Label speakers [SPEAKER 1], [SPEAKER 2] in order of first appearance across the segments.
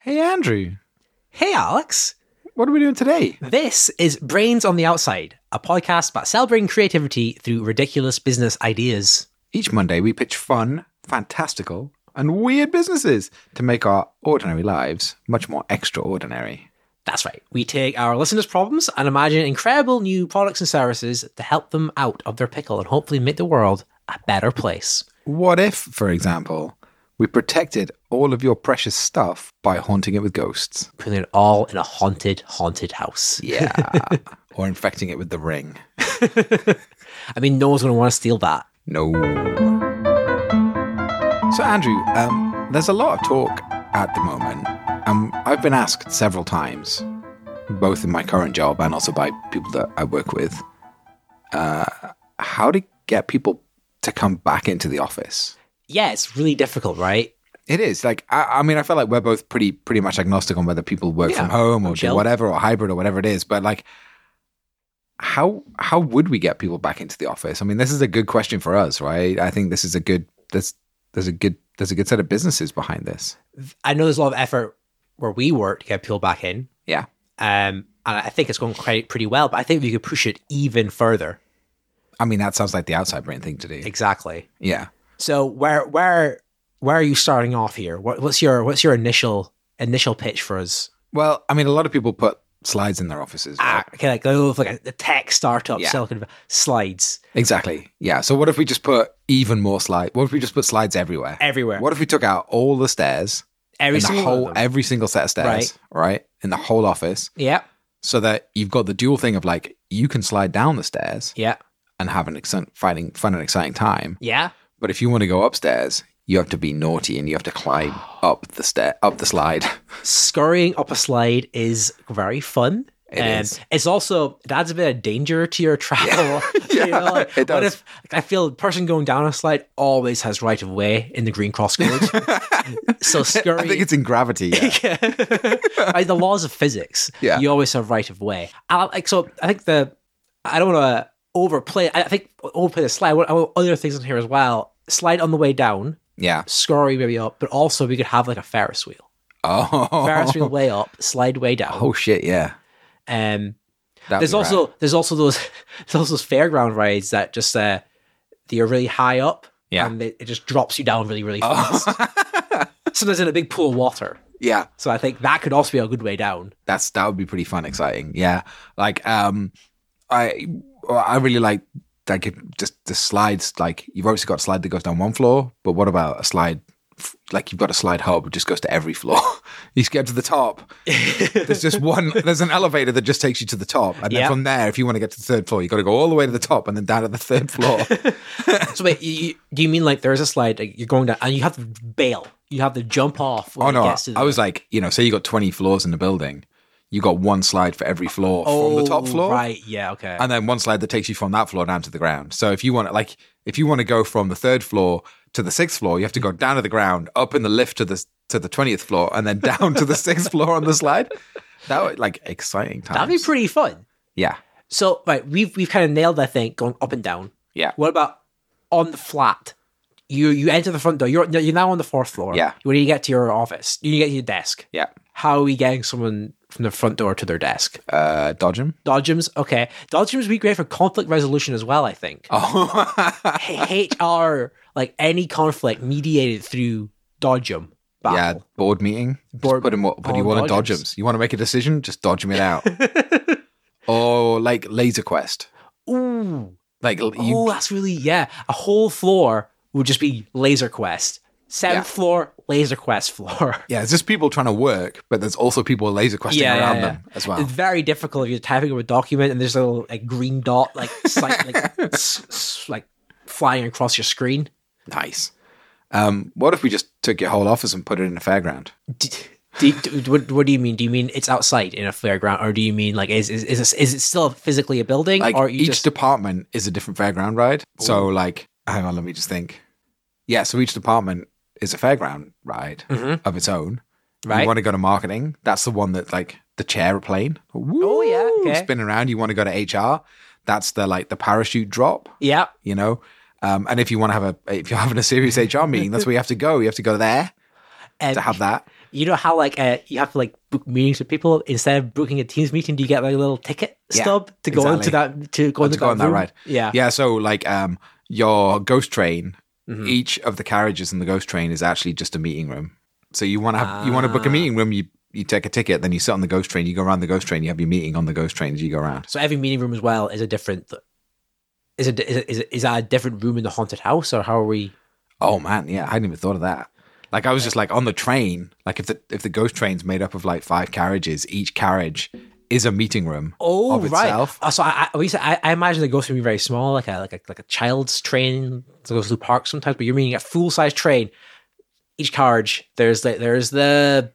[SPEAKER 1] Hey, Andrew,
[SPEAKER 2] Hey, Alex.
[SPEAKER 1] what are we doing today?
[SPEAKER 2] This is Brains on the Outside, a podcast about celebrating creativity through ridiculous business ideas.
[SPEAKER 1] Each Monday, we pitch fun, fantastical, and weird businesses to make our ordinary lives much more extraordinary.
[SPEAKER 2] That's right. We take our listeners' problems and imagine incredible new products and services to help them out of their pickle and hopefully make the world a better place.
[SPEAKER 1] What if, for example, we protected all of your precious stuff by haunting it with ghosts?
[SPEAKER 2] Putting it all in a haunted, haunted house.
[SPEAKER 1] Yeah. or infecting it with the ring?
[SPEAKER 2] I mean, no one's going to want to steal that.
[SPEAKER 1] No. So, Andrew, um, there's a lot of talk at the moment. Um, I've been asked several times, both in my current job and also by people that I work with, uh, how to get people to come back into the office.
[SPEAKER 2] Yeah, it's really difficult, right?
[SPEAKER 1] It is like I, I mean I feel like we're both pretty pretty much agnostic on whether people work
[SPEAKER 2] Yeah,
[SPEAKER 1] from home or
[SPEAKER 2] I'm
[SPEAKER 1] do
[SPEAKER 2] chill.
[SPEAKER 1] whatever or hybrid or whatever it is, but like how how would we get people back into the office? I mean, this is a good question for us, right? I think this is a good this there's a good there's a good set of businesses behind this.
[SPEAKER 2] I know there's a lot of effort where we work to get people back in.
[SPEAKER 1] Yeah.
[SPEAKER 2] Um, and I think it's going quite pretty well, but I think we could push it even further.
[SPEAKER 1] I mean, that sounds like the outside brain thing to do.
[SPEAKER 2] Exactly.
[SPEAKER 1] Yeah.
[SPEAKER 2] So where where where are you starting off here? What, what's your what's your initial initial pitch for us?
[SPEAKER 1] Well, I mean, a lot of people put slides in their offices.
[SPEAKER 2] Ah,
[SPEAKER 1] right?
[SPEAKER 2] okay, like oh, like a, the tech startup
[SPEAKER 1] Yeah.
[SPEAKER 2] Silicon Valley- slides
[SPEAKER 1] Exactly. Yeah. So what if we just put even more slides? What if we just put slides everywhere?
[SPEAKER 2] everywhere.
[SPEAKER 1] What if we took out all the stairs?
[SPEAKER 2] every
[SPEAKER 1] in the
[SPEAKER 2] single
[SPEAKER 1] whole e-
[SPEAKER 2] one of them.
[SPEAKER 1] every single set of stairs,
[SPEAKER 2] Right.
[SPEAKER 1] right. In the whole office,
[SPEAKER 2] yeah,
[SPEAKER 1] so that you've got the dual thing of like you can slide down the stairs
[SPEAKER 2] yeah,
[SPEAKER 1] and have an exciting, fighting, fun and exciting time,
[SPEAKER 2] yeah.
[SPEAKER 1] but if you want to go upstairs, you have to be naughty and you have to climb up the stair up the slide.
[SPEAKER 2] Scurrying up a slide is very fun. Um,
[SPEAKER 1] It is.
[SPEAKER 2] It's also it adds a bit of danger to your travel. you know,
[SPEAKER 1] Yeah,
[SPEAKER 2] like,
[SPEAKER 1] it
[SPEAKER 2] What
[SPEAKER 1] does.
[SPEAKER 2] if like, I feel the person going down a slide always has right of way in the green cross code? so scurrying.
[SPEAKER 1] I think it's in gravity. yeah.
[SPEAKER 2] Like, the laws of physics.
[SPEAKER 1] Yeah.
[SPEAKER 2] You always have right of way. I, like, so I think the, I don't want to overplay, I I think overplay the slide. What, I want other things on here as well. Slide on the way down,
[SPEAKER 1] yeah.
[SPEAKER 2] scurry maybe up, but also we could have like a Ferris wheel.
[SPEAKER 1] Oh.
[SPEAKER 2] Ferris wheel way up, slide way down.
[SPEAKER 1] Oh shit. Yeah.
[SPEAKER 2] Um,
[SPEAKER 1] That'd
[SPEAKER 2] there's
[SPEAKER 1] be
[SPEAKER 2] also,
[SPEAKER 1] rad.
[SPEAKER 2] there's also those, there's also those fairground rides that just, uh, they are really high up.
[SPEAKER 1] Yeah.
[SPEAKER 2] And they, it just drops you down really, really fast.
[SPEAKER 1] Oh.
[SPEAKER 2] Sometimes in a big pool of water.
[SPEAKER 1] yeah.
[SPEAKER 2] So I think that could also be a good way down.
[SPEAKER 1] that's that would be pretty fun exciting yeah like um i i really like like if just the slides like you've obviously got a slide that goes down one floor but what about a slide f- like you've got a slide hub that just goes to every floor you just get to the top there's just one there's an elevator that just takes you to the top and then
[SPEAKER 2] Yeah.
[SPEAKER 1] from there if you want to get to the third floor you got to go all the way to the top and then down to the third floor
[SPEAKER 2] So wait, you, you, do you mean like there is a slide like you're going down and you have to bail? You have to jump off when
[SPEAKER 1] oh
[SPEAKER 2] it
[SPEAKER 1] no
[SPEAKER 2] gets to the
[SPEAKER 1] i was like you know say you got 20 floors in the building you got one slide for every floor from the top
[SPEAKER 2] Oh,
[SPEAKER 1] floor
[SPEAKER 2] Right? Yeah. Okay.
[SPEAKER 1] and then one slide that takes you from that floor down to the ground. So if you want to, like, if you want to go from the third floor to the sixth floor, you have to go down to the ground, up in the lift to the to the twentieth floor, and then down to the sixth floor on the slide. That would like exciting times.
[SPEAKER 2] That'd be pretty fun.
[SPEAKER 1] yeah,
[SPEAKER 2] So right, we've we've kind of nailed I think going up and down.
[SPEAKER 1] Yeah.
[SPEAKER 2] What about on the flat? You you enter the front door. You're you're now on the fourth floor.
[SPEAKER 1] Yeah.
[SPEAKER 2] When you get to your office, you need to get to your desk.
[SPEAKER 1] yeah.
[SPEAKER 2] How are we getting someone from the front door to their desk?
[SPEAKER 1] Uh, dodge 'em.
[SPEAKER 2] Dodgems, okay. Dodgems would be great for conflict resolution as well. I think.
[SPEAKER 1] Oh,
[SPEAKER 2] HR, like any conflict mediated through Dodgem
[SPEAKER 1] yeah.
[SPEAKER 2] battle.
[SPEAKER 1] Board meeting. Just
[SPEAKER 2] Board-
[SPEAKER 1] put 'em up- But
[SPEAKER 2] oh,
[SPEAKER 1] you want to dodge
[SPEAKER 2] 'em.
[SPEAKER 1] 'em. You want to make a decision? Just dodge 'em it out. or like laser quest.
[SPEAKER 2] Ooh.
[SPEAKER 1] Like l- you.
[SPEAKER 2] Oh, that's really, yeah. A whole floor would just be Laser Quest. Seventh
[SPEAKER 1] Yeah.
[SPEAKER 2] floor, Laser Quest floor.
[SPEAKER 1] Yeah, it's just people trying to work, but there's also people laser questing
[SPEAKER 2] Yeah, yeah,
[SPEAKER 1] around
[SPEAKER 2] yeah.
[SPEAKER 1] them as well.
[SPEAKER 2] It's very difficult if you're typing up a document and there's a little like green dot like sight, like s- s- like flying across your screen.
[SPEAKER 1] Nice. Um, what if we just took your whole office and put it in a fairground?
[SPEAKER 2] D do, do- what, what do you mean? Do you mean it's outside in a fairground, or do you mean like is is is, this, is it still physically a building,
[SPEAKER 1] Like
[SPEAKER 2] or you
[SPEAKER 1] each
[SPEAKER 2] just
[SPEAKER 1] department is a different fairground ride. So like, hang on, let me just think. Yeah, so each department is a fairground ride of its own.
[SPEAKER 2] Mm-hmm. Right.
[SPEAKER 1] You want to go to marketing? That's the one that like the chair plane.
[SPEAKER 2] Oh, yeah,
[SPEAKER 1] Woo!
[SPEAKER 2] okay.
[SPEAKER 1] Spin around. You want to go to HR? That's the like the parachute drop.
[SPEAKER 2] yeah?
[SPEAKER 1] You know. Um, and if you want to have a if you're having a serious HR meeting, that's where you have to go. You have to go there
[SPEAKER 2] Um,
[SPEAKER 1] to have that.
[SPEAKER 2] You know how like uh, you have to like book meetings with people instead of booking a Teams meeting, do you get like a little ticket
[SPEAKER 1] Yeah,
[SPEAKER 2] stub to go into that to go
[SPEAKER 1] Oh,
[SPEAKER 2] into
[SPEAKER 1] to go on that
[SPEAKER 2] room?
[SPEAKER 1] ride.
[SPEAKER 2] Yeah,
[SPEAKER 1] Yeah, so like um, your ghost train,
[SPEAKER 2] Mhm.
[SPEAKER 1] each of the carriages in the ghost train is actually just a meeting room. So you want to have you want to book a
[SPEAKER 2] Ah.
[SPEAKER 1] meeting room. You you take a ticket, then you sit on the ghost train. You go around the ghost train. You have your meeting on the ghost train as you go around.
[SPEAKER 2] So every meeting room as well is a different. Is it is it, is, it, is that a different room in the haunted house or how are we?
[SPEAKER 1] Oh man, yeah, I hadn't even thought of that. Like I was just like on the train. Like if the if the ghost train's made up of like five carriages, each carriage is a meeting room.
[SPEAKER 2] Oh
[SPEAKER 1] of
[SPEAKER 2] right.
[SPEAKER 1] itself.
[SPEAKER 2] Oh, so I, I, we said- I I imagine the ghost would be very small, like a like a like a child's train that goes through parks sometimes. But you're meaning a full size train. Each carriage, there's the there's the.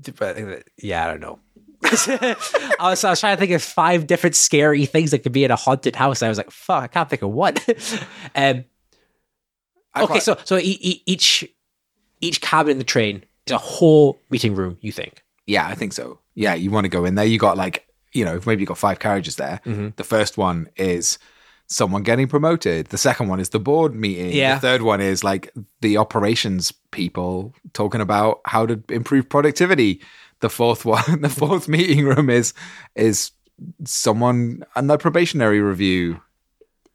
[SPEAKER 2] the- Yeah, I don't know. I, was, I was trying to think of five different scary things that could be in a haunted house. And I was like, "Fuck, I can't think of one." um,
[SPEAKER 1] I
[SPEAKER 2] okay,
[SPEAKER 1] quite-
[SPEAKER 2] so so e- e- each each cabin in the train is a whole meeting room. You think?
[SPEAKER 1] yeah, I think so. Yeah, you want to go in there. You got like you know maybe you got five carriages there.
[SPEAKER 2] Mm-hmm.
[SPEAKER 1] The first one is someone getting promoted. The second one is the board meeting.
[SPEAKER 2] Yeah.
[SPEAKER 1] The third one is like the operations people talking about how to improve productivity. The fourth one, the fourth meeting room is is someone and their probationary review.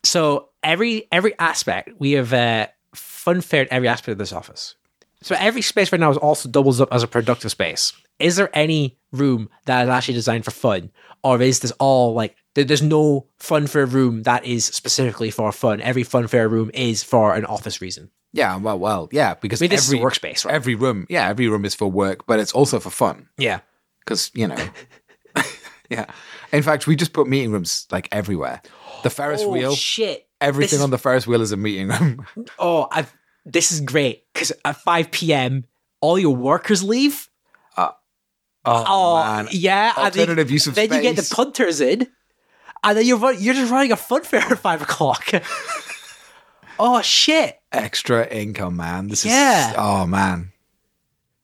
[SPEAKER 2] So every every aspect we have uh, fun fared every aspect of this office. So every space right now is also doubles up as a productive space. Is there any room that is actually designed for fun, or is this all like there- there's no fun fair room that is specifically for fun? Every fun fair room is for an office reason.
[SPEAKER 1] Yeah, well, well, yeah, because
[SPEAKER 2] I mean, this
[SPEAKER 1] every
[SPEAKER 2] is a workspace, right?
[SPEAKER 1] every room, yeah, every room is for work, but it's also for fun.
[SPEAKER 2] yeah.
[SPEAKER 1] because you know yeah in fact we just put meeting rooms like everywhere the ferris
[SPEAKER 2] Oh
[SPEAKER 1] wheel
[SPEAKER 2] shit!
[SPEAKER 1] everything
[SPEAKER 2] is-
[SPEAKER 1] on the ferris wheel is a meeting room
[SPEAKER 2] oh, I've, this is great because at 5 p.m., all your workers leave.
[SPEAKER 1] oh,
[SPEAKER 2] Oh,
[SPEAKER 1] man
[SPEAKER 2] yeah. and then-
[SPEAKER 1] Alternative use of
[SPEAKER 2] Then you get the
[SPEAKER 1] space.
[SPEAKER 2] punters in, and then you're, run, you're just running a fun fair at 5 o'clock. oh, shit.
[SPEAKER 1] extra income man this
[SPEAKER 2] Yeah.
[SPEAKER 1] is oh man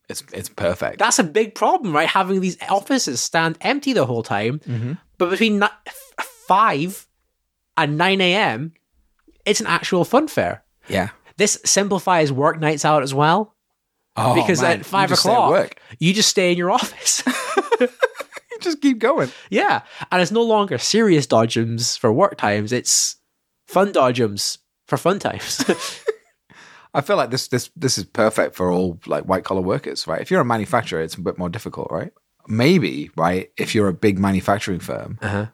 [SPEAKER 1] it's it's perfect
[SPEAKER 2] That's a big problem, right? Having these offices stand empty the whole time.
[SPEAKER 1] Mm-hmm.
[SPEAKER 2] But between ni- f- 5 and 9 a.m., it's an actual fun fair.
[SPEAKER 1] yeah
[SPEAKER 2] This simplifies work nights out as well.
[SPEAKER 1] oh,
[SPEAKER 2] Because
[SPEAKER 1] man,
[SPEAKER 2] at
[SPEAKER 1] you
[SPEAKER 2] five
[SPEAKER 1] just stay
[SPEAKER 2] o'clock,
[SPEAKER 1] work
[SPEAKER 2] you just stay in your office.
[SPEAKER 1] you just keep going
[SPEAKER 2] Yeah, and it's no longer serious dodgems for work times. It's fun dodgems for fun times.
[SPEAKER 1] i feel like this this this is perfect for all like white collar workers right if you're a manufacturer it's a bit more difficult right maybe right if you're a big manufacturing firm
[SPEAKER 2] uh-huh.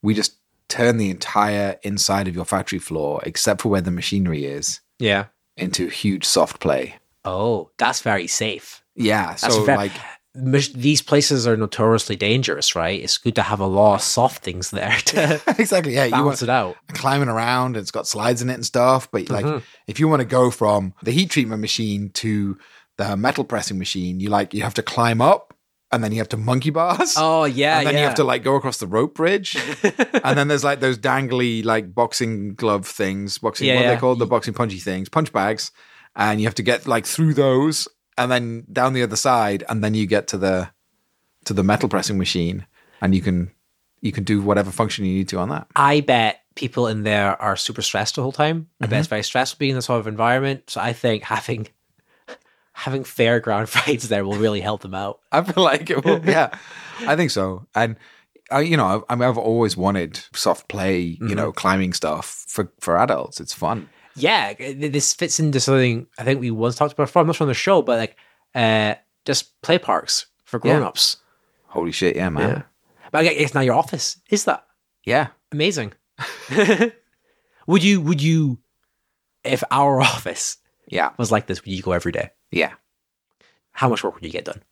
[SPEAKER 1] we just turn the entire inside of your factory floor, except for where the machinery is,
[SPEAKER 2] Yeah.
[SPEAKER 1] into huge soft play.
[SPEAKER 2] Oh, that's very safe.
[SPEAKER 1] Yeah.
[SPEAKER 2] That's
[SPEAKER 1] So
[SPEAKER 2] fair.
[SPEAKER 1] like,
[SPEAKER 2] Mis- These places are notoriously dangerous, right? It's good to have a lot of soft things there to
[SPEAKER 1] exactly. Yeah. You want
[SPEAKER 2] balance it Mm-hmm. out.
[SPEAKER 1] climbing around. It's got slides in it and stuff. But like, if you want to go from the heat treatment machine to the metal pressing machine, you like you have to climb up, and then you have to monkey bars.
[SPEAKER 2] Oh yeah,
[SPEAKER 1] and then
[SPEAKER 2] yeah.
[SPEAKER 1] you have to like go across the rope bridge, and then there's like those dangly like boxing glove things, boxing
[SPEAKER 2] Yeah,
[SPEAKER 1] what are
[SPEAKER 2] yeah.
[SPEAKER 1] they called the boxing punchy things, punch bags, and you have to get like through those, and then down the other side, and then you get to the to the metal pressing machine, and you can you can do whatever function you need to on that.
[SPEAKER 2] I bet people in there are super stressed the whole time. I
[SPEAKER 1] Mm-hmm.
[SPEAKER 2] bet it's very stressful being in this sort of environment. So I think having having fairground fights there will really help them out.
[SPEAKER 1] I feel like it will. Yeah, I think so. And I, you know, I, I mean, I've always wanted soft play, you know,
[SPEAKER 2] Mm-hmm.
[SPEAKER 1] climbing stuff for for adults. It's fun.
[SPEAKER 2] yeah, th- this fits into something I think we once talked about before. I'm not sure on the show, but like uh, just play parks for
[SPEAKER 1] Yeah.
[SPEAKER 2] grown ups.
[SPEAKER 1] Holy shit! Yeah, man.
[SPEAKER 2] But I guess now your office is that
[SPEAKER 1] yeah.
[SPEAKER 2] amazing. would you? Would you? If our office
[SPEAKER 1] Yeah.
[SPEAKER 2] was like this, would you go every day?
[SPEAKER 1] yeah.
[SPEAKER 2] How much work would you get done?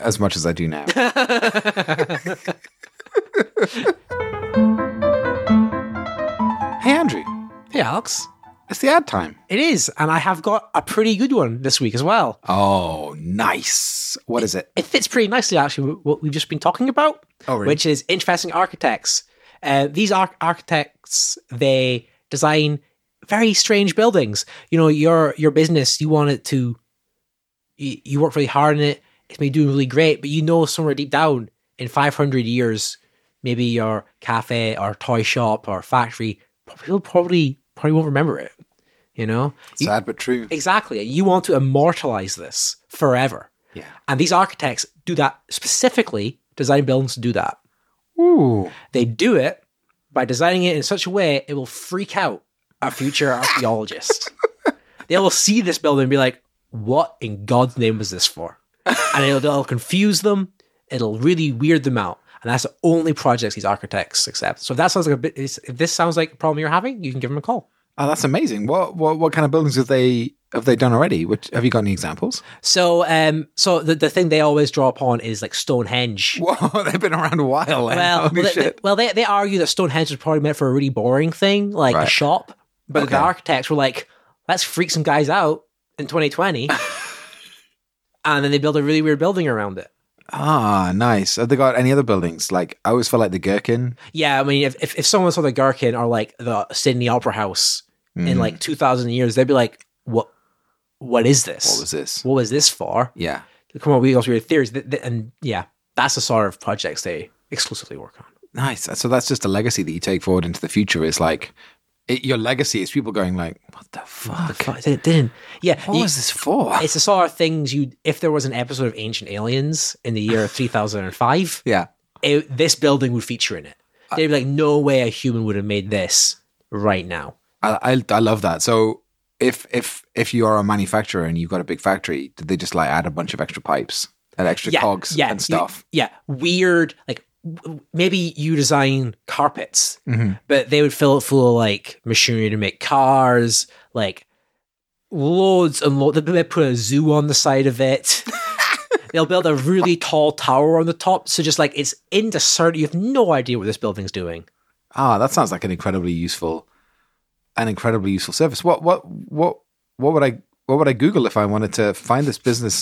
[SPEAKER 1] as much as I do now. hey, Andrew,
[SPEAKER 2] Hey, Alex,
[SPEAKER 1] it's the ad time.
[SPEAKER 2] it is, and I have got a pretty good one this week as well.
[SPEAKER 1] Oh, nice. What is it?
[SPEAKER 2] It fits pretty nicely, actually, with what we've just been talking about.
[SPEAKER 1] Oh, really?
[SPEAKER 2] which is interesting architects. Uh, these ar- architects they design very strange buildings. You know, your your business you want it to, you, you work really hard in it. It's maybe doing really great, but you know somewhere deep down in five hundred years, maybe your cafe or toy shop or factory people probably probably won't remember it. You know, You-
[SPEAKER 1] Sad but true.
[SPEAKER 2] exactly. You want to immortalize this forever,
[SPEAKER 1] Yeah.
[SPEAKER 2] and these architects do that specifically. Design buildings to do that.
[SPEAKER 1] Ooh.
[SPEAKER 2] They do it by designing it in such a way it will freak out a future archaeologist. they will see this building and be like, what in God's name was this for? And it'll, it'll confuse them. It'll really weird them out. And that's the only projects these architects accept. So if that sounds like a bit, if this sounds like a problem you're having, you can give them a call.
[SPEAKER 1] Oh, that's amazing. What what what kind of buildings have they have they done already? Which have you got any examples?
[SPEAKER 2] So, um, so the, the thing they always draw upon is like Stonehenge.
[SPEAKER 1] Whoa, they've been around a while. eh?
[SPEAKER 2] Well,
[SPEAKER 1] Holy
[SPEAKER 2] well, they,
[SPEAKER 1] shit.
[SPEAKER 2] they, well, they they argue that Stonehenge was probably meant for a really boring thing, like a
[SPEAKER 1] Right.
[SPEAKER 2] shop. But
[SPEAKER 1] Okay.
[SPEAKER 2] the architects were like, "Let's freak some guys out in 2020," and then they built a really weird building around it.
[SPEAKER 1] ah, nice. Have they got any other buildings? Like I always feel like the Gherkin.
[SPEAKER 2] Yeah, I mean, if if, if someone saw the Gherkin or like the Sydney Opera House
[SPEAKER 1] Mm,
[SPEAKER 2] in like 2,000 years, they'd be like, "What? What is this?
[SPEAKER 1] what was this?
[SPEAKER 2] What was this for?"
[SPEAKER 1] Yeah.
[SPEAKER 2] Come on, we got weird theories, Th- th- and yeah, that's the sort of projects they exclusively work on.
[SPEAKER 1] Nice. So that's just a legacy that you take forward into the future. Is like it, your legacy is people going like, what the fuck?
[SPEAKER 2] The fuck- They didn't. Yeah,
[SPEAKER 1] What
[SPEAKER 2] you-
[SPEAKER 1] was this for?
[SPEAKER 2] it's the sort of things you if there was an episode of ancient aliens in the year 3005
[SPEAKER 1] Yeah.
[SPEAKER 2] it, this building would feature in it they'd be like no way a human would have made this right now
[SPEAKER 1] I, I I love that. So if if if you are a manufacturer and you've got a big factory, did they just like add a bunch of extra pipes and extra
[SPEAKER 2] yeah
[SPEAKER 1] cogs
[SPEAKER 2] yeah
[SPEAKER 1] and
[SPEAKER 2] you-
[SPEAKER 1] stuff?
[SPEAKER 2] yeah weird like w- maybe you design carpets
[SPEAKER 1] Mm-hmm.
[SPEAKER 2] but they would fill it full of like machinery to make cars like loads and loads they put a zoo on the side of it they'll build a really tall tower on the top so just like it's indiscernible you have no idea what this building's doing
[SPEAKER 1] Ah, that sounds like an incredibly useful, an incredibly useful service. What what what what would I what would I Google if I wanted to find this business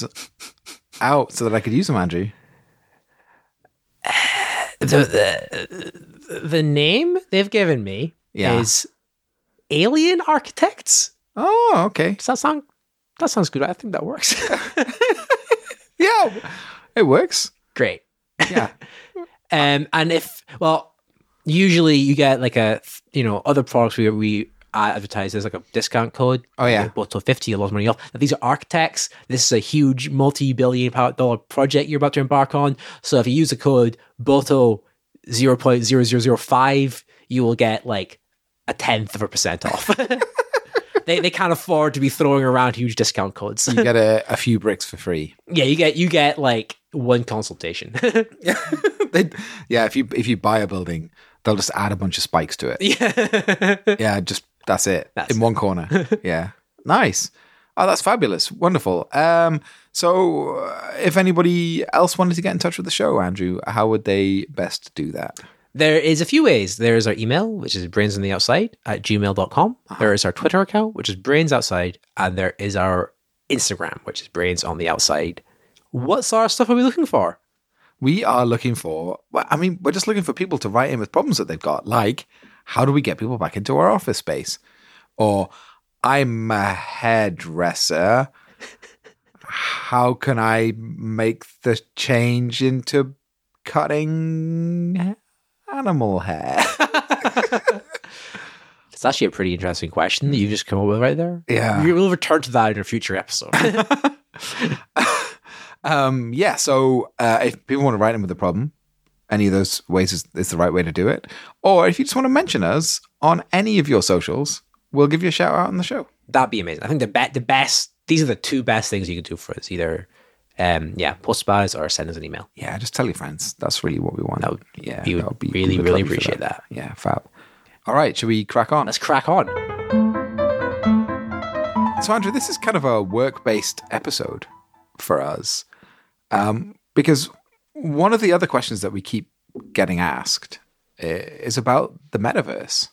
[SPEAKER 1] out so that I could use them, Andrew?
[SPEAKER 2] the the, the name they've given me
[SPEAKER 1] Yeah.
[SPEAKER 2] is Alien Architects.
[SPEAKER 1] Oh, okay.
[SPEAKER 2] Does that sound? That sounds good. I think that works.
[SPEAKER 1] Yeah, it works.
[SPEAKER 2] Great.
[SPEAKER 1] Yeah.
[SPEAKER 2] Um, and if well, usually you get like a you know other products we we advertise there's like a discount code.
[SPEAKER 1] Oh, yeah.
[SPEAKER 2] But to fifty, a lot of money off. Now, these are architects. This is a huge multi-billion pow- dollar project you're about to embark on. So if you use the code Boto zero point zero zero zero five, you will get like a tenth of a percent off. They, they can't afford to be throwing around huge discount codes.
[SPEAKER 1] You get a, a few bricks for free.
[SPEAKER 2] yeah, you get you get like one consultation.
[SPEAKER 1] Yeah. they, yeah. If you if you buy a building, they'll just add a bunch of spikes to it.
[SPEAKER 2] yeah.
[SPEAKER 1] yeah, just that's it
[SPEAKER 2] That's
[SPEAKER 1] in one corner. yeah, nice. Oh, that's fabulous. Wonderful. Um, so, uh, if anybody else wanted to get in touch with the show, Andrew, how would they best do that?
[SPEAKER 2] There is a few ways. There is our email, which is brains on the outside at gmail.com.
[SPEAKER 1] Uh-huh.
[SPEAKER 2] There is our Twitter account, which is brains outside. And there is our Instagram, which is brains on the outside. What sort of stuff are we looking for?
[SPEAKER 1] We are looking for, well, I mean, we're just looking for people to write in with problems that they've got, like how do we get people back into our office space? Or I'm a hairdresser. How can I make the change into cutting animal hair?
[SPEAKER 2] It's actually a pretty interesting question that you just come up with right there.
[SPEAKER 1] Yeah.
[SPEAKER 2] We will return to that in a future episode.
[SPEAKER 1] um, yeah. So uh, if people want to write in with a problem, any of those ways is, is the right way to do it. Or if you just want to mention us on any of your socials, we'll give you a shout out on the show.
[SPEAKER 2] That'd be amazing. I think the, be- the best, these are the two best things you can do for us either, um, yeah, post about us or send us an email.
[SPEAKER 1] Yeah, just tell your friends. That's really what we want.
[SPEAKER 2] That would-
[SPEAKER 1] yeah,
[SPEAKER 2] we would
[SPEAKER 1] that
[SPEAKER 2] really,
[SPEAKER 1] we would
[SPEAKER 2] really
[SPEAKER 1] love you for
[SPEAKER 2] appreciate that.
[SPEAKER 1] Yeah, fab. All right, should we crack on?
[SPEAKER 2] Let's crack on.
[SPEAKER 1] So, Andrew, this is kind of a work based episode for us um, because one of the other questions that we keep getting asked i- is about the metaverse.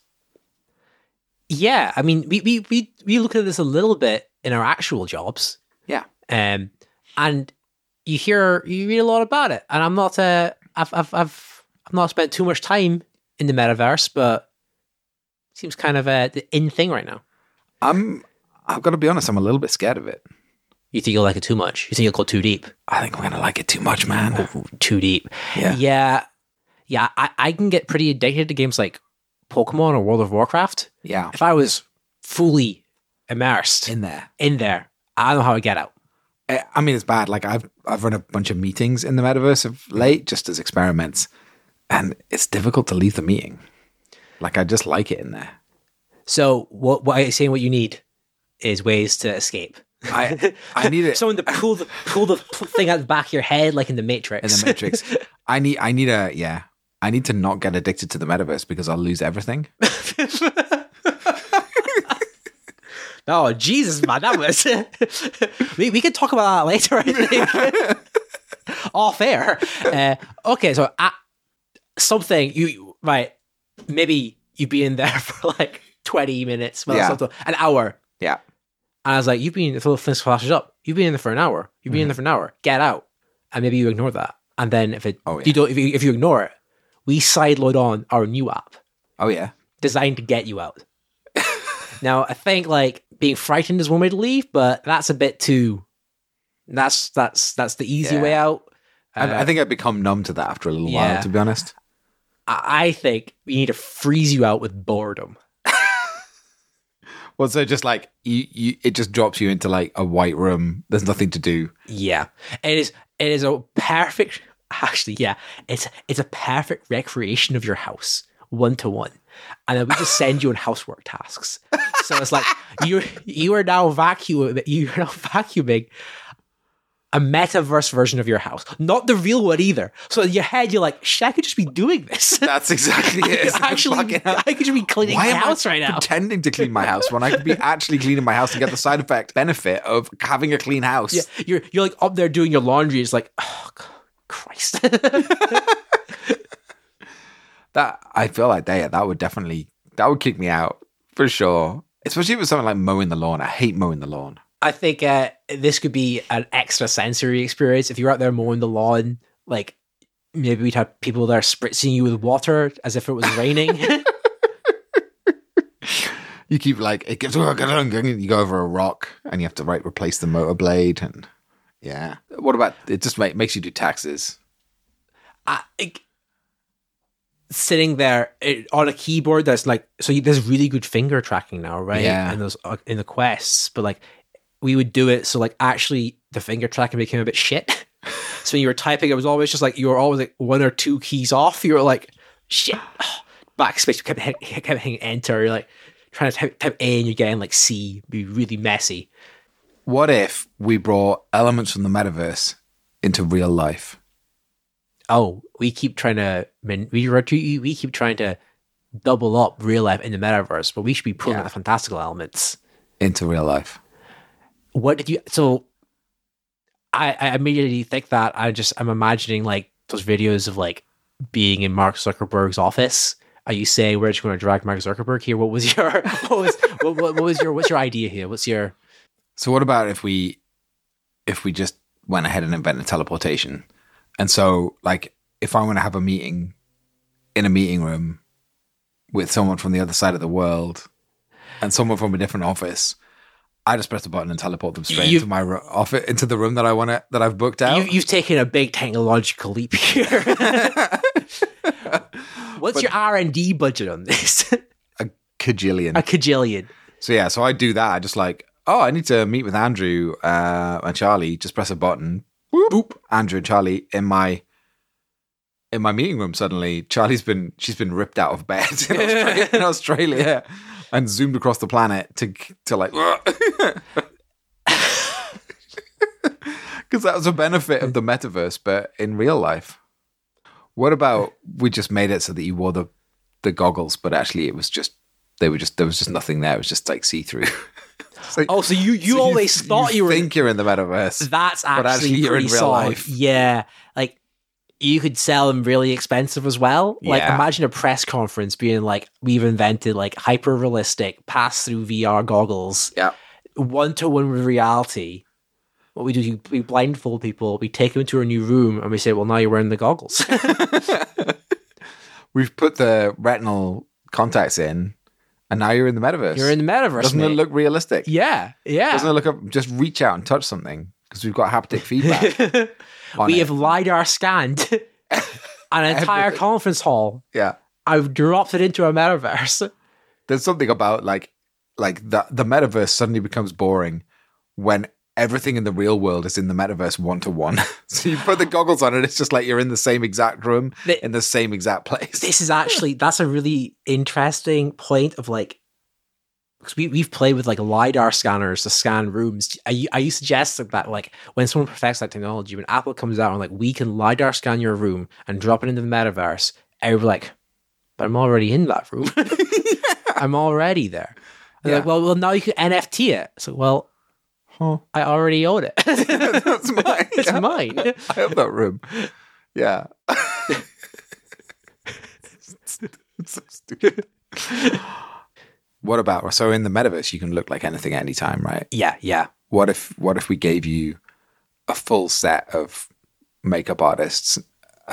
[SPEAKER 2] Yeah, I mean, we we we we look at this a little bit in our actual jobs,
[SPEAKER 1] Yeah.
[SPEAKER 2] um, and you hear you read a lot about it. And I'm not uh, I've I've I've I've not spent too much time in the metaverse, but it seems kind of uh, the in thing right now.
[SPEAKER 1] I'm. I've got to be honest. I'm a little bit scared of it.
[SPEAKER 2] You think you'll like it too much? You think you'll go too deep?
[SPEAKER 1] I think I'm gonna like it too much, man.
[SPEAKER 2] Oh, Too deep?
[SPEAKER 1] Yeah.
[SPEAKER 2] yeah, yeah. I I can get pretty addicted to games like Pokemon or World of Warcraft.
[SPEAKER 1] Yeah.
[SPEAKER 2] If I was fully immersed in,
[SPEAKER 1] in there.
[SPEAKER 2] there. I don't know how I get out.
[SPEAKER 1] I I mean, it's bad. Like I've I've run a bunch of meetings in the metaverse of late, just as experiments, and it's difficult to leave the meeting. Like I just like it in there.
[SPEAKER 2] So what what I'm saying what you need is ways to escape.
[SPEAKER 1] I I need it
[SPEAKER 2] Someone to pull the pull the pl- thing out the back of your head like in the Matrix.
[SPEAKER 1] in the Matrix. I need I need a yeah. I need to not get addicted to the metaverse because I'll lose everything.
[SPEAKER 2] oh Jesus man, that was we, we could talk about that later, I think. Off air. Uh, okay, so I, something you right, maybe you've been there for like twenty minutes, well,
[SPEAKER 1] Yeah.
[SPEAKER 2] something- an hour.
[SPEAKER 1] Yeah.
[SPEAKER 2] And I was like, you've been, if the flash flashes up, you've been in there for an hour. You've
[SPEAKER 1] Mm-hmm.
[SPEAKER 2] been in there for an hour. Get out. And maybe you ignore that. And then if it,
[SPEAKER 1] Oh, yeah.
[SPEAKER 2] you don't, if you, if you ignore it, we sideload on our new app
[SPEAKER 1] Oh yeah.
[SPEAKER 2] designed to get you out. now, I think like being frightened is one way to leave, but that's a bit too, that's, that's, that's the easy
[SPEAKER 1] Yeah.
[SPEAKER 2] way out. Uh,
[SPEAKER 1] I, I think I've become numb to that after a little
[SPEAKER 2] yeah.
[SPEAKER 1] while, to be honest.
[SPEAKER 2] I, I think we need to freeze you out with boredom.
[SPEAKER 1] Well, so just like you, you it just drops you into like a white room. There's nothing to do.
[SPEAKER 2] Yeah, it is. It is a perfect. Actually, yeah, it's it's a perfect recreation of your house, one to one, and then we just send you on housework tasks. So it's like you you are now vacuum you are now vacuuming a metaverse version of your house, not the real one either. So in your head, you're like, shit, I could just be doing this.
[SPEAKER 1] That's exactly it. It's like,
[SPEAKER 2] actually,
[SPEAKER 1] fucking hell.
[SPEAKER 2] I could just be cleaning
[SPEAKER 1] why
[SPEAKER 2] my
[SPEAKER 1] am
[SPEAKER 2] house
[SPEAKER 1] I
[SPEAKER 2] right now.
[SPEAKER 1] pretending to clean my house when I could be actually cleaning my house and get the side effect benefit of having a clean house?
[SPEAKER 2] Yeah, you're you're like up there doing your laundry. It's like, oh Christ.
[SPEAKER 1] That I feel like they that would definitely that would kick me out for sure. Especially if it's something like mowing the lawn. I hate mowing the lawn.
[SPEAKER 2] I think uh, this could be an extra sensory experience. If you're out there mowing the lawn, like maybe we'd have people there spritzing you with water as if it was raining.
[SPEAKER 1] You keep like it gets you go over a rock and you have to right replace the motor blade and yeah. What about it? Just make, makes you do taxes.
[SPEAKER 2] I, like, sitting there eh, on a keyboard that's like, so you, there's really good finger tracking now, right?
[SPEAKER 1] Yeah.
[SPEAKER 2] In those uh, in the quests, but like we would do it, so like actually the finger tracking became a bit shit. so when you were typing, it was always just like you were always like one or two keys off. You were like, shit, backspace. You kept hit- kept hitting enter. You're like trying to type, type A and you're getting like C. Be really messy.
[SPEAKER 1] What if we brought elements from the metaverse into real life?
[SPEAKER 2] Oh, we keep trying to man, we we we keep trying to double up real life in the metaverse, but we should be pulling
[SPEAKER 1] Yeah.
[SPEAKER 2] out the fantastical elements.
[SPEAKER 1] Into real life.
[SPEAKER 2] what did you so I, I immediately think that I just I'm imagining like those videos of like being in Mark Zuckerberg's office. Are you saying we're just going to drag Mark Zuckerberg here? What was your what was what, what, what was your what's your idea here? What's your
[SPEAKER 1] So what about if we if we just went ahead and invented teleportation? And so like if I want to have a meeting in a meeting room with someone from the other side of the world and someone from a different office, I just press the button and teleport them straight
[SPEAKER 2] You-
[SPEAKER 1] into my ro- office into the room that I want to that I've booked out.
[SPEAKER 2] you, you've taken a big technological leap here. what's your R and D budget on this?
[SPEAKER 1] a cajillion.
[SPEAKER 2] a cajillion.
[SPEAKER 1] So yeah, so I do that. I just like, oh, I need to meet with Andrew uh, and Charlie. Just press a button. Boop, boop. Andrew and Charlie in my in my meeting room. Suddenly, Charlie's been she's been ripped out of bed in Australia, in Australia and zoomed across the planet to to like. Because that was a benefit of the metaverse, but in real life, what about we just made it so that you wore the the goggles, but actually it was just they were just there was just nothing there. It was just like see through.
[SPEAKER 2] Oh, so you you always thought you, were
[SPEAKER 1] think you're in the metaverse.
[SPEAKER 2] That's actually,
[SPEAKER 1] But actually you're
[SPEAKER 2] pretty
[SPEAKER 1] in real
[SPEAKER 2] solid.
[SPEAKER 1] life.
[SPEAKER 2] Yeah, like you could sell them really expensive as well. Like
[SPEAKER 1] Yeah.
[SPEAKER 2] imagine a press conference being like, "We've invented like hyper realistic pass through VR goggles,
[SPEAKER 1] Yeah.
[SPEAKER 2] one to one with reality." What we do is we blindfold people, we take them into a new room, and we say, "Well, now you're wearing the goggles."
[SPEAKER 1] We've put the retinal contacts in, and now you're in the metaverse.
[SPEAKER 2] you're in the metaverse.
[SPEAKER 1] Doesn't it
[SPEAKER 2] mate.
[SPEAKER 1] look realistic?
[SPEAKER 2] Yeah, yeah.
[SPEAKER 1] Doesn't it look up? Just reach out and touch something because we've got haptic feedback. on
[SPEAKER 2] we
[SPEAKER 1] it.
[SPEAKER 2] have lidar scanned an entire
[SPEAKER 1] Everything.
[SPEAKER 2] conference hall.
[SPEAKER 1] yeah.
[SPEAKER 2] I've dropped it into a metaverse.
[SPEAKER 1] There's something about like like the the metaverse suddenly becomes boring when everything in the real world is in the metaverse one to one. So you put the goggles on and it's just like you're in the same exact room
[SPEAKER 2] The-
[SPEAKER 1] in the same exact place.
[SPEAKER 2] this is actually that's a really interesting point of like because we, we've played with like lidar scanners to scan rooms are you, are you suggesting that like when someone perfects that technology when apple comes out and like we can lidar scan your room and drop it into the metaverse everyone like but i'm already in that room i'm already there and they're like
[SPEAKER 1] Yeah.
[SPEAKER 2] well well now you can nft it so well
[SPEAKER 1] Huh.
[SPEAKER 2] i already own it
[SPEAKER 1] That's mine.
[SPEAKER 2] it's mine
[SPEAKER 1] I have that room. Yeah. it's so stupid. What about so in the metaverse you can look like anything at any time, right?
[SPEAKER 2] yeah yeah
[SPEAKER 1] What if what if we gave you a full set of makeup artists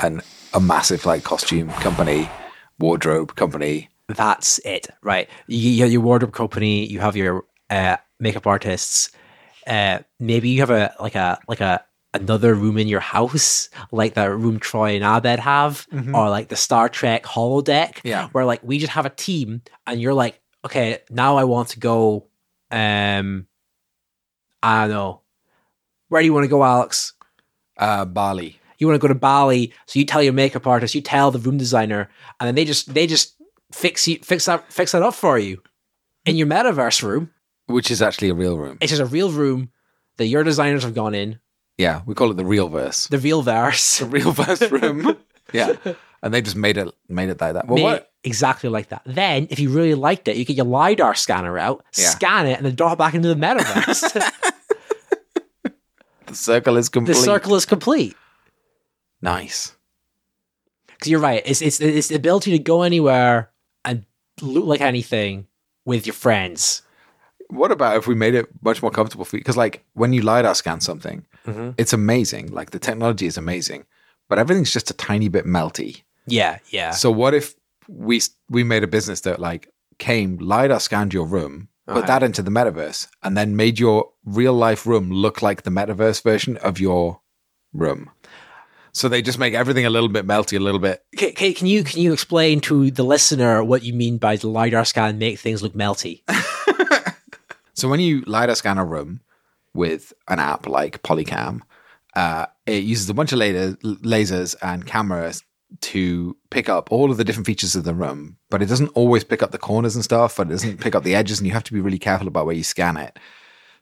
[SPEAKER 1] and a massive like costume company, wardrobe company?
[SPEAKER 2] that's it, right? You, you have your wardrobe company, you have your uh, makeup artists. Uh, maybe you have a like a like a another room in your house, like that room Troy and Abed have, or like the Star Trek holodeck,
[SPEAKER 1] Mm-hmm. Yeah.
[SPEAKER 2] where like we just have a team, and you're like, okay, now I want to go. Um, I don't know. Where do you want to go, Alex?
[SPEAKER 1] Uh Bali.
[SPEAKER 2] you want to go to Bali, so you tell your makeup artist, you tell the room designer, and then they just they just fix you fix that fix that up for you in your metaverse room.
[SPEAKER 1] Which is actually a real room.
[SPEAKER 2] It's just a real room that your designers have gone in,
[SPEAKER 1] Yeah, we call it the real verse.
[SPEAKER 2] the real verse,
[SPEAKER 1] The real verse room. yeah. And they just made it made it like that. Well
[SPEAKER 2] made
[SPEAKER 1] what
[SPEAKER 2] it exactly like that. Then, if you really liked it, you get your lidar scanner out,
[SPEAKER 1] Yeah.
[SPEAKER 2] scan it, and then drop it back into the metaverse.
[SPEAKER 1] the circle is
[SPEAKER 2] the
[SPEAKER 1] complete.
[SPEAKER 2] circle is complete.
[SPEAKER 1] Nice.
[SPEAKER 2] Because you're right, it's it's it's the ability to go anywhere and look like anything with your friends.
[SPEAKER 1] What about if we made it much more comfortable for you? Because like when you lidar scan something, it's amazing. Like the technology is amazing, but everything's just a tiny bit melty.
[SPEAKER 2] Yeah, yeah.
[SPEAKER 1] So what if we we made a business that like came lidar scanned your room, put
[SPEAKER 2] Okay.
[SPEAKER 1] that into the metaverse, and then made your real life room look like the metaverse version of your room. So they just make everything a little bit melty, a little bit.
[SPEAKER 2] Can, can, can you can you explain to the listener what you mean by the lidar scan make things look melty?
[SPEAKER 1] So when you lidar scan a room with an app like Polycam, uh, it uses a bunch of laser, lasers and cameras to pick up all of the different features of the room, but it doesn't always pick up the corners and stuff, and it doesn't pick up the edges, and you have to be really careful about where you scan it.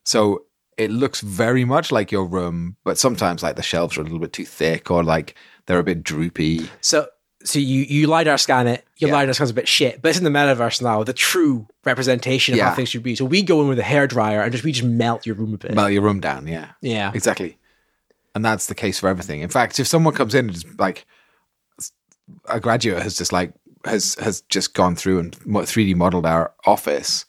[SPEAKER 1] So it looks very much like your room, but sometimes like the shelves are a little bit too thick or like they're a bit droopy.
[SPEAKER 2] So so you you lidar scan it, your
[SPEAKER 1] Yeah.
[SPEAKER 2] lidar scan's a bit shit, but it's in the metaverse now, the true representation of
[SPEAKER 1] Yeah.
[SPEAKER 2] how things should be. So we go in with a hairdryer and just we just melt your room a bit.
[SPEAKER 1] Melt your room down, yeah.
[SPEAKER 2] yeah.
[SPEAKER 1] Exactly. And that's the case for everything. In fact, if someone comes in and just like a graduate has just like has has just gone through and mo- 3D modeled our office,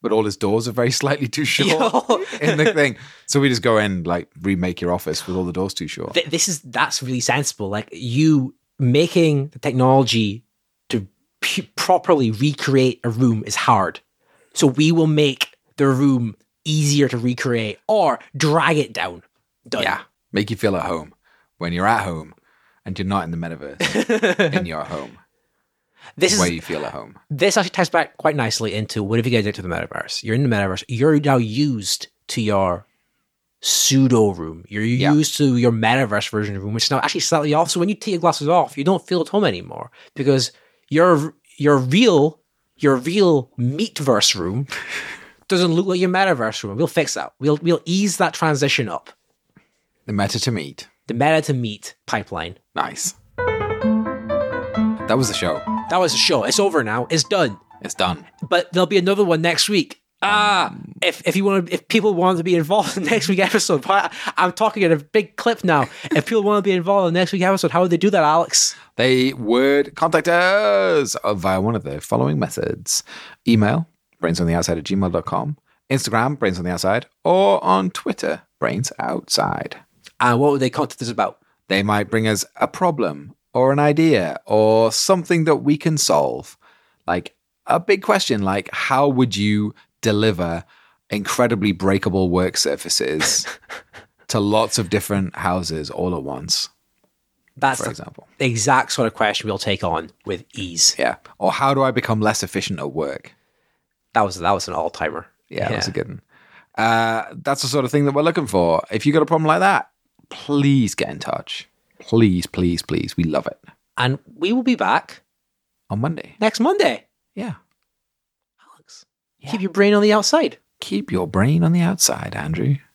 [SPEAKER 1] but all his doors are very slightly too short in the thing. So we just go in like remake your office with all the doors too short.
[SPEAKER 2] Th- this is that's really sensible. Like you making the technology to pu- properly recreate a room is hard. So we will make the room easier to recreate or drag it down. Done.
[SPEAKER 1] Yeah. Make you feel at home when you're at home and you're not in the metaverse and you're at home
[SPEAKER 2] This is
[SPEAKER 1] where you feel at home.
[SPEAKER 2] this actually ties back quite nicely into what if you get into the metaverse? You're in the metaverse. You're now used to your pseudo room. You're
[SPEAKER 1] Yeah.
[SPEAKER 2] used to your metaverse version of room, which is now actually slightly off. So when you take your glasses off, you don't feel at home anymore because your your real your real meatverse room doesn't look like your metaverse room. We'll fix that. We'll we'll ease that transition up.
[SPEAKER 1] The meta to meet.
[SPEAKER 2] The meta to meat pipeline.
[SPEAKER 1] Nice. That was the show.
[SPEAKER 2] That was the show. It's over now. It's done.
[SPEAKER 1] It's done.
[SPEAKER 2] but there'll be another one next week. Ah, if if you want to, if people want to be involved in next week episode, I, I'm talking in a big clip now. If people want to be involved in next week episode, how would they do that, Alex?
[SPEAKER 1] they would contact us via one of the following methods email brainsontheoutside at gmail.com instagram brains on the outside or on twitter brains outside
[SPEAKER 2] And Uh, what would they contact us about?
[SPEAKER 1] they might bring us a problem or an idea or something that we can solve like a big question like how would you deliver incredibly breakable work surfaces to lots of different houses all at once
[SPEAKER 2] That's
[SPEAKER 1] for
[SPEAKER 2] the
[SPEAKER 1] example
[SPEAKER 2] exact sort of question we'll take on with ease.
[SPEAKER 1] yeah or how do i become less efficient at work
[SPEAKER 2] That was that was an all timer.
[SPEAKER 1] Yeah, that's a
[SPEAKER 2] Yeah.
[SPEAKER 1] good one. Uh, that's the sort of thing that we're looking for. If you got a problem like that, please get in touch. Please, please, please. We love it.
[SPEAKER 2] And we will be back
[SPEAKER 1] On Monday.
[SPEAKER 2] next Monday.
[SPEAKER 1] Yeah.
[SPEAKER 2] Alex, keep your brain on the outside.
[SPEAKER 1] Keep your brain on the outside, Andrew.